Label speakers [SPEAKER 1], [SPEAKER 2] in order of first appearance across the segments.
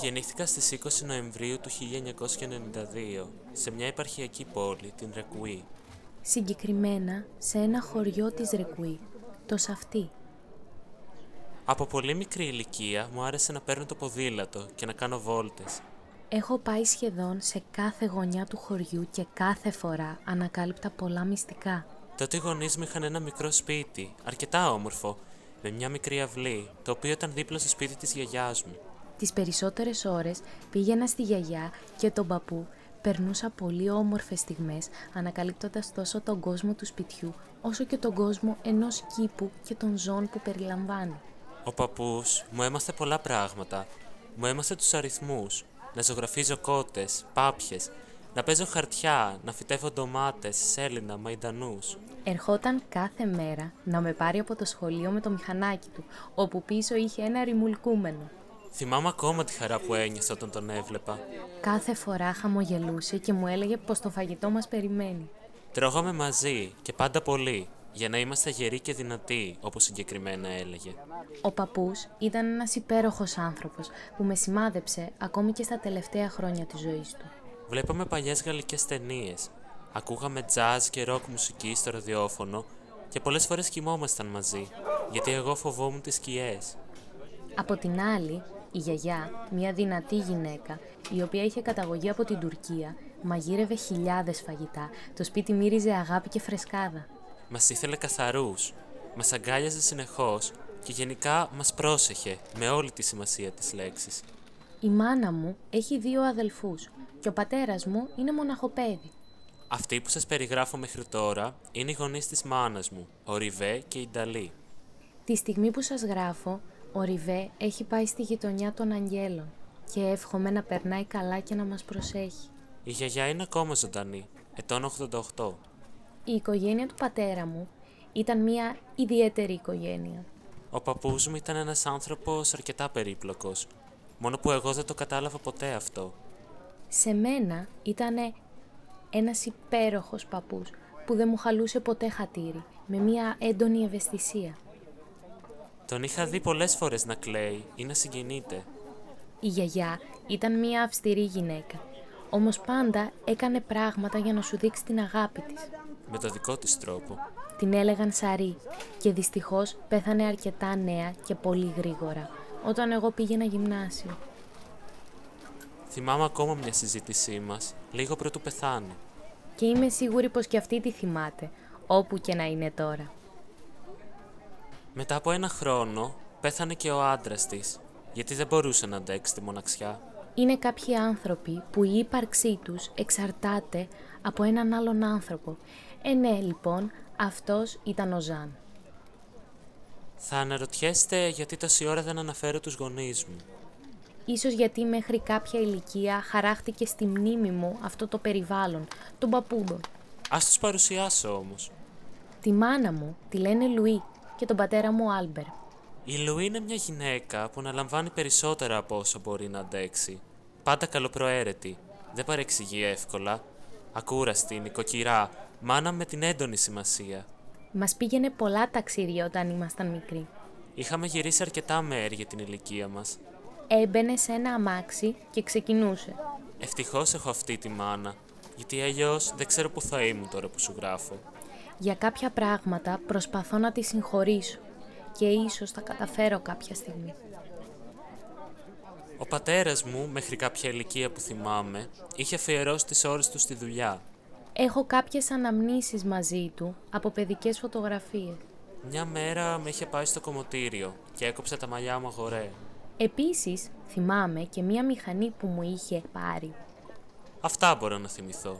[SPEAKER 1] Γεννήθηκα στις 20 Νοεμβρίου του 1992 σε μια επαρχιακή πόλη, την Ρεκουή.
[SPEAKER 2] Συγκεκριμένα σε ένα χωριό της Ρεκουή, το Σαυτί.
[SPEAKER 1] Από πολύ μικρή ηλικία μου άρεσε να παίρνω το ποδήλατο και να κάνω βόλτες.
[SPEAKER 2] Έχω πάει σχεδόν σε κάθε γωνιά του χωριού και κάθε φορά ανακάλυπτα πολλά μυστικά.
[SPEAKER 1] Τότε οι γονείς μου είχαν ένα μικρό σπίτι, αρκετά όμορφο, με μια μικρή αυλή, το οποίο ήταν δίπλα στο σπίτι της γιαγιάς μου.
[SPEAKER 2] Τις περισσότερες ώρες πήγαινα στη γιαγιά και τον παππού. Περνούσα πολύ όμορφες στιγμές, ανακαλύπτοντας τόσο τον κόσμο του σπιτιού, όσο και τον κόσμο ενός κήπου και των ζώων που περιλαμβάνει.
[SPEAKER 1] Ο παππούς μου έμαθε πολλά πράγματα. Μου έμαθε τους αριθμούς, να ζωγραφίζω κότες, πάπιες, να παίζω χαρτιά, να φυτεύω ντομάτες, σέλινα, μαϊντανούς.
[SPEAKER 2] Ερχόταν κάθε μέρα να με πάρει από το σχολείο με το μηχανάκι του, όπου πίσω είχε ένα ρημουλκούμενο.
[SPEAKER 1] Θυμάμαι ακόμα τη χαρά που ένιωσα όταν τον έβλεπα.
[SPEAKER 2] Κάθε φορά χαμογελούσε και μου έλεγε πως το φαγητό μας περιμένει.
[SPEAKER 1] Τρώγαμε μαζί και πάντα πολύ, για να είμαστε γεροί και δυνατοί, όπως συγκεκριμένα έλεγε.
[SPEAKER 2] Ο παππούς ήταν ένας υπέροχος άνθρωπος που με σημάδεψε ακόμη και στα τελευταία χρόνια της ζωής του.
[SPEAKER 1] Βλέπαμε παλιές γαλλικές ταινίες, ακούγαμε jazz και rock μουσική στο ραδιόφωνο και πολλές φορές κοιμόμασταν μαζί, γιατί εγώ φοβόμουν τις σκιές.
[SPEAKER 2] Από την άλλη, η γιαγιά, μια δυνατή γυναίκα, η οποία είχε καταγωγή από την Τουρκία, μαγείρευε χιλιάδες φαγητά, το σπίτι μύριζε αγάπη και φρεσκάδα.
[SPEAKER 1] Μας ήθελε καθαρούς, μας αγκάλιαζε συνεχώς και γενικά μας πρόσεχε με όλη τη σημασία της λέξης.
[SPEAKER 2] Η μάνα μου έχει δύο αδελφούς και ο πατέρας μου είναι μοναχοπέδι.
[SPEAKER 1] Αυτοί που σας περιγράφω μέχρι τώρα είναι οι γονείς της μάνας μου, ο Ριβέ και η Νταλή.
[SPEAKER 2] Τη στιγμή που σας γράφω, ο Ριβέ έχει πάει στη γειτονιά των Αγγέλων και εύχομαι να περνάει καλά και να μας προσέχει.
[SPEAKER 1] Η γιαγιά είναι ακόμα ζωντανή, ετών 88.
[SPEAKER 2] Η οικογένεια του πατέρα μου ήταν μια ιδιαίτερη οικογένεια.
[SPEAKER 1] Ο παππούς μου ήταν ένας άνθρωπος αρκετά περίπλοκος, μόνο που εγώ δεν το κατάλαβα ποτέ αυτό.
[SPEAKER 2] Σε μένα ήταν ένας υπέροχος παππούς που δεν μου χαλούσε ποτέ χατήρι, με μια έντονη ευαισθησία.
[SPEAKER 1] Τον είχα δει πολλές φορές να κλαίει ή να συγκινείται.
[SPEAKER 2] Η γιαγιά ήταν μια αυστηρή γυναίκα, όμως πάντα έκανε πράγματα για να σου δείξει την αγάπη της.
[SPEAKER 1] Με το δικό της τρόπο.
[SPEAKER 2] Την έλεγαν Σαρή και δυστυχώς πέθανε αρκετά νέα και πολύ γρήγορα όταν εγώ πήγαινα γυμνάσιο.
[SPEAKER 1] Θυμάμαι ακόμα μια συζήτησή μας, λίγο πριν του πεθάνει.
[SPEAKER 2] Και είμαι σίγουρη πως και αυτή τη θυμάται, όπου και να είναι τώρα.
[SPEAKER 1] Μετά από ένα χρόνο, πέθανε και ο άντρας της, γιατί δεν μπορούσε να αντέξει τη μοναξιά.
[SPEAKER 2] Είναι κάποιοι άνθρωποι που η ύπαρξή τους εξαρτάται από έναν άλλον άνθρωπο. Ε, ναι, λοιπόν, αυτός ήταν ο Ζαν.
[SPEAKER 1] Θα αναρωτιέστε γιατί τόση ώρα δεν αναφέρω τους γονείς μου.
[SPEAKER 2] Ίσως γιατί μέχρι κάποια ηλικία χαράχτηκε στη μνήμη μου αυτό το περιβάλλον, τον παππούδο.
[SPEAKER 1] Ας τους παρουσιάσω όμως.
[SPEAKER 2] Τη μάνα μου τη λένε Λουί και τον πατέρα μου Άλμπερ.
[SPEAKER 1] Η Λουί είναι μια γυναίκα που αναλαμβάνει περισσότερα από όσο μπορεί να αντέξει. Πάντα καλοπροαίρετη, δεν παρεξηγεί εύκολα. Ακούραστη, νοικοκυρά, μάνα με την έντονη σημασία.
[SPEAKER 2] Μας πήγαινε πολλά ταξίδια όταν ήμασταν μικροί.
[SPEAKER 1] Είχαμε γυρίσει αρκετά μέρη για την ηλικία μας.
[SPEAKER 2] Έμπαινε σε ένα αμάξι και ξεκινούσε.
[SPEAKER 1] Ευτυχώς έχω αυτή τη μάνα, γιατί αλλιώς δεν ξέρω που θα ήμουν τώρα που σου γράφω.
[SPEAKER 2] Για κάποια πράγματα προσπαθώ να τη συγχωρήσω και ίσως τα καταφέρω κάποια στιγμή.
[SPEAKER 1] Ο πατέρας μου, μέχρι κάποια ηλικία που θυμάμαι, είχε αφιερώσει τις ώρες του στη δουλειά.
[SPEAKER 2] Έχω κάποιες αναμνήσεις μαζί του από παιδικές φωτογραφίες.
[SPEAKER 1] Μια μέρα με είχε πάει στο κομμωτήριο και έκοψε τα μαλλιά μου αγορέ.
[SPEAKER 2] Επίσης, θυμάμαι και μία μηχανή που μου είχε πάρει.
[SPEAKER 1] Αυτά μπορώ να θυμηθώ.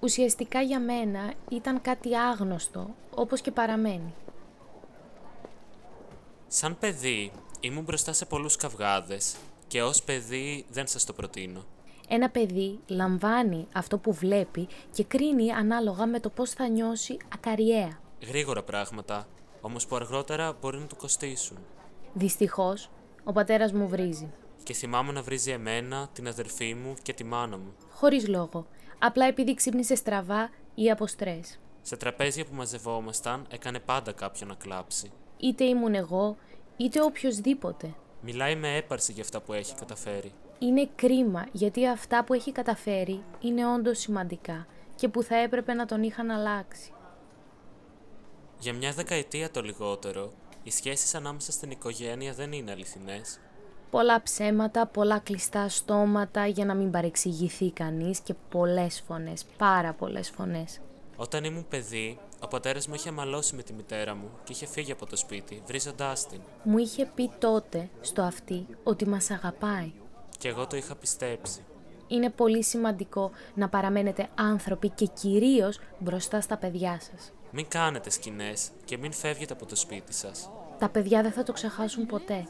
[SPEAKER 2] Ουσιαστικά για μένα ήταν κάτι άγνωστο, όπως και παραμένει.
[SPEAKER 1] Σαν παιδί, ήμουν μπροστά σε πολλούς καυγάδες και ως παιδί δεν σας το προτείνω.
[SPEAKER 2] Ένα παιδί λαμβάνει αυτό που βλέπει και κρίνει ανάλογα με το πώς θα νιώσει ακαριέα.
[SPEAKER 1] Γρήγορα πράγματα, όμως που αργότερα μπορεί να του κοστίσουν.
[SPEAKER 2] Δυστυχώς, ο πατέρας μου βρίζει.
[SPEAKER 1] και θυμάμαι να βρίζει εμένα, την αδερφή μου και τη μάνα μου.
[SPEAKER 2] Χωρίς λόγο. Απλά επειδή ξύπνησε στραβά ή από στρες.
[SPEAKER 1] Σε τραπέζια που μαζευόμασταν, έκανε πάντα κάποιον να κλάψει.
[SPEAKER 2] Είτε ήμουν εγώ, είτε οποιοδήποτε.
[SPEAKER 1] Μιλάει με έπαρση για αυτά που έχει καταφέρει.
[SPEAKER 2] Είναι κρίμα γιατί αυτά που έχει καταφέρει είναι όντως σημαντικά και που θα έπρεπε να τον είχαν αλλάξει.
[SPEAKER 1] Για μια δεκαετία το λιγότερο, οι σχέσεις ανάμεσα στην οικογένεια δεν είναι αληθινές.
[SPEAKER 2] Πολλά ψέματα, πολλά κλειστά στόματα για να μην παρεξηγηθεί κανείς και πολλές φωνές, πάρα πολλές φωνές.
[SPEAKER 1] Όταν ήμουν παιδί, ο πατέρας μου είχε αμαλώσει με τη μητέρα μου και είχε φύγει από το σπίτι, βρίζοντάς την.
[SPEAKER 2] Μου είχε πει τότε στο αυτή ότι μας αγαπάει.
[SPEAKER 1] Και εγώ το είχα πιστέψει.
[SPEAKER 2] Είναι πολύ σημαντικό να παραμένετε άνθρωποι και κυρίως μπροστά στα παιδιά σας.
[SPEAKER 1] Μην κάνετε σκηνές και μην φεύγετε από το σπίτι σας.
[SPEAKER 2] Τα παιδιά δεν θα το ξεχάσουν ποτέ.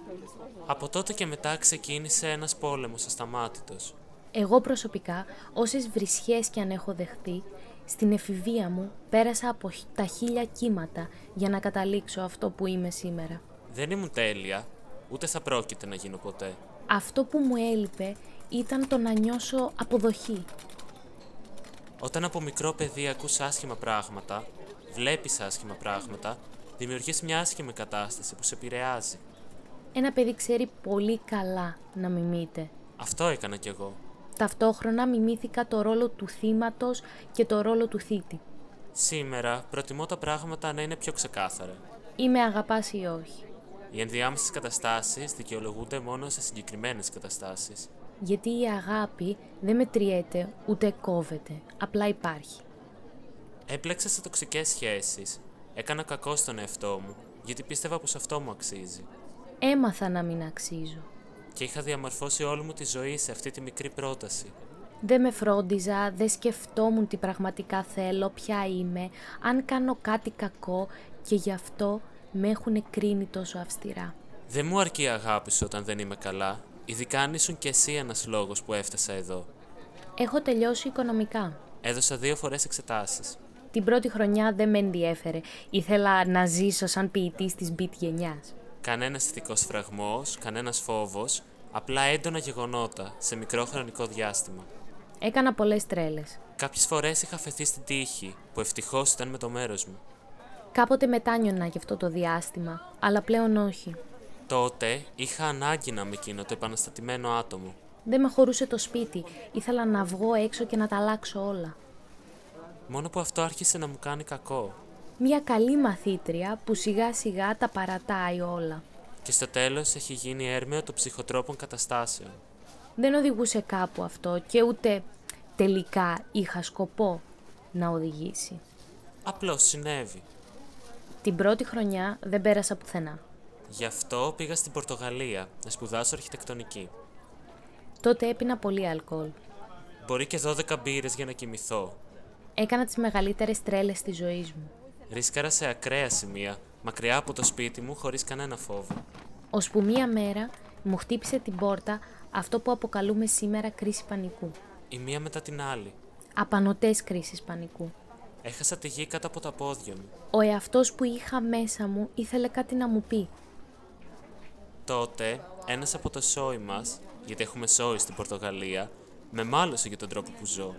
[SPEAKER 1] Από τότε και μετά ξεκίνησε ένας πόλεμος ασταμάτητος.
[SPEAKER 2] Εγώ προσωπικά, όσες βρισχές και αν έχω δεχτεί, στην εφηβεία μου πέρασα από χ- τα χίλια κύματα για να καταλήξω αυτό που είμαι σήμερα.
[SPEAKER 1] Δεν ήμουν τέλεια, ούτε θα πρόκειται να γίνω ποτέ.
[SPEAKER 2] Αυτό που μου έλειπε ήταν το να νιώσω αποδοχή.
[SPEAKER 1] Όταν από μικρό παιδί ακούς άσχημα πράγματα, βλέπεις άσχημα πράγματα, δημιουργείς μια άσχημη κατάσταση που σε επηρεάζει.
[SPEAKER 2] Ένα παιδί ξέρει πολύ καλά να μιμείται.
[SPEAKER 1] Αυτό έκανα κι εγώ.
[SPEAKER 2] Ταυτόχρονα μιμήθηκα το ρόλο του θύματος και το ρόλο του θήτη.
[SPEAKER 1] Σήμερα προτιμώ τα πράγματα να είναι πιο ξεκάθαρα.
[SPEAKER 2] Ή με αγαπάς ή όχι.
[SPEAKER 1] Οι ενδιάμεσες καταστάσεις δικαιολογούνται μόνο σε συγκεκριμένες καταστάσεις.
[SPEAKER 2] Γιατί η αγάπη δεν μετριέται ούτε κόβεται, απλά υπάρχει.
[SPEAKER 1] Έπλεξα σε τοξικές σχέσεις. Έκανα κακό στον εαυτό μου, γιατί πίστευα πως αυτό μου αξίζει.
[SPEAKER 2] Έμαθα να μην αξίζω.
[SPEAKER 1] Και είχα διαμορφώσει όλη μου τη ζωή σε αυτή τη μικρή πρόταση.
[SPEAKER 2] Δεν με φρόντιζα, δεν σκεφτόμουν τι πραγματικά θέλω, ποια είμαι, αν κάνω κάτι κακό και γι' αυτό με έχουν κρίνει τόσο αυστηρά.
[SPEAKER 1] Δεν μου αρκεί η αγάπη σου όταν δεν είμαι καλά, ειδικά αν ήσουν κι εσύ ένας λόγος που έφτασα εδώ.
[SPEAKER 2] Έχω τελειώσει οικονομικά.
[SPEAKER 1] Έδωσα δύο φορές εξετάσεις.
[SPEAKER 2] Την πρώτη χρονιά δεν με ενδιέφερε. Ήθελα να ζήσω σαν ποιητής της beat γενιάς.
[SPEAKER 1] Κανένας ηθικό φραγμός, κανένας φόβος, απλά έντονα γεγονότα σε μικρό χρονικό διάστημα.
[SPEAKER 2] Έκανα πολλές τρέλες.
[SPEAKER 1] Κάποιες φορές είχα φεθεί στην τύχη, που ευτυχώς ήταν με το μέρος μου.
[SPEAKER 2] Κάποτε μετάνιωνα γι' αυτό το διάστημα, αλλά πλέον όχι.
[SPEAKER 1] Τότε είχα ανάγκη να είμαι εκείνο το επαναστατημένο άτομο.
[SPEAKER 2] Δεν με χωρούσε το σπίτι. Ήθελα να βγω έξω και να τα αλλάξω όλα.
[SPEAKER 1] Μόνο που αυτό άρχισε να μου κάνει κακό.
[SPEAKER 2] Μια καλή μαθήτρια που σιγά σιγά τα παρατάει όλα.
[SPEAKER 1] Και στο τέλος έχει γίνει έρμεο των ψυχοτρόπων καταστάσεων.
[SPEAKER 2] Δεν οδηγούσε κάπου αυτό και ούτε τελικά είχα σκοπό να οδηγήσει.
[SPEAKER 1] Απλώς συνέβη.
[SPEAKER 2] Την πρώτη χρονιά δεν πέρασα πουθενά.
[SPEAKER 1] Γι' αυτό πήγα στην Πορτογαλία να σπουδάσω αρχιτεκτονική.
[SPEAKER 2] Τότε έπινα πολύ αλκοόλ.
[SPEAKER 1] Μπορεί και 12 μπύρες για να κοιμηθώ.
[SPEAKER 2] Έκανα τις μεγαλύτερες τρέλες της ζωής μου.
[SPEAKER 1] Ρίσκαρα σε ακραία σημεία, μακριά από το σπίτι μου, χωρίς κανένα φόβο.
[SPEAKER 2] Ως που μία μέρα μου χτύπησε την πόρτα αυτό που αποκαλούμε σήμερα κρίση πανικού.
[SPEAKER 1] Η μία μετά την άλλη.
[SPEAKER 2] Απανοτές κρίσεις πανικού.
[SPEAKER 1] Έχασα τη γη κάτω από τα πόδια μου.
[SPEAKER 2] Ο εαυτός που είχα μέσα μου ήθελε κάτι να μου πει.
[SPEAKER 1] Τότε, ένας από το σόι μας, γιατί έχουμε σόι στην Πορτογαλία, με μάλωσε για τον τρόπο που ζω.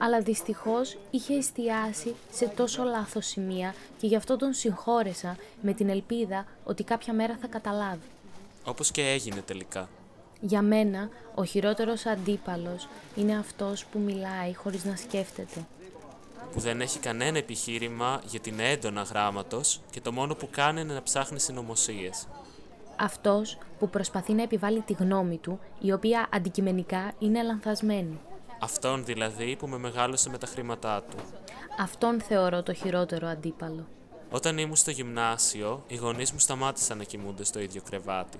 [SPEAKER 2] Αλλά δυστυχώς είχε εστιάσει σε τόσο λάθος σημεία και γι' αυτό τον συγχώρεσα με την ελπίδα ότι κάποια μέρα θα καταλάβει.
[SPEAKER 1] Όπως και έγινε τελικά.
[SPEAKER 2] Για μένα, ο χειρότερος αντίπαλος είναι αυτός που μιλάει χωρίς να σκέφτεται.
[SPEAKER 1] Που δεν έχει κανένα επιχείρημα για την έντονα γράμματος και το μόνο που κάνει είναι να ψάχνει συνωμοσίες.
[SPEAKER 2] Αυτός που προσπαθεί να επιβάλλει τη γνώμη του, η οποία αντικειμενικά είναι λανθασμένη.
[SPEAKER 1] Αυτόν δηλαδή που με μεγάλωσε με τα χρήματά του.
[SPEAKER 2] Αυτόν θεωρώ το χειρότερο αντίπαλο.
[SPEAKER 1] Όταν ήμουν στο γυμνάσιο, οι γονείς μου σταμάτησαν να κοιμούνται στο ίδιο κρεβάτι.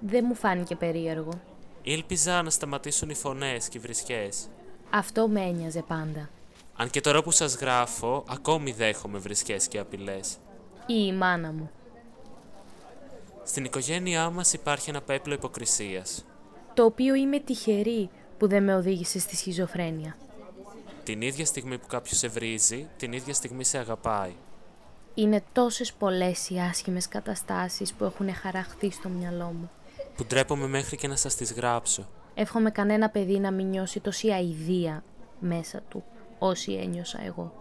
[SPEAKER 2] Δεν μου φάνηκε περίεργο.
[SPEAKER 1] Ήλπιζα να σταματήσουν οι φωνές και οι βρισχέ.
[SPEAKER 2] Αυτό με ένοιαζε πάντα.
[SPEAKER 1] Αν και τώρα που σας γράφω, ακόμη δέχομαι βρισχέ και απειλές.
[SPEAKER 2] Ή η μάνα μου.
[SPEAKER 1] Στην οικογένειά μας υπάρχει ένα πέπλο υποκρισίας.
[SPEAKER 2] Το οποίο είμαι τυχερή που δεν με οδήγησε στη σχιζοφρένεια.
[SPEAKER 1] Την ίδια στιγμή που κάποιος σε βρίζει, την ίδια στιγμή σε αγαπάει.
[SPEAKER 2] Είναι τόσες πολλές οι άσχημες καταστάσεις που έχουν χαραχθεί στο μυαλό μου.
[SPEAKER 1] που ντρέπομαι μέχρι και να σας τις γράψω.
[SPEAKER 2] Εύχομαι κανένα παιδί να μην νιώσει τόση αηδία μέσα του όση ένιωσα εγώ.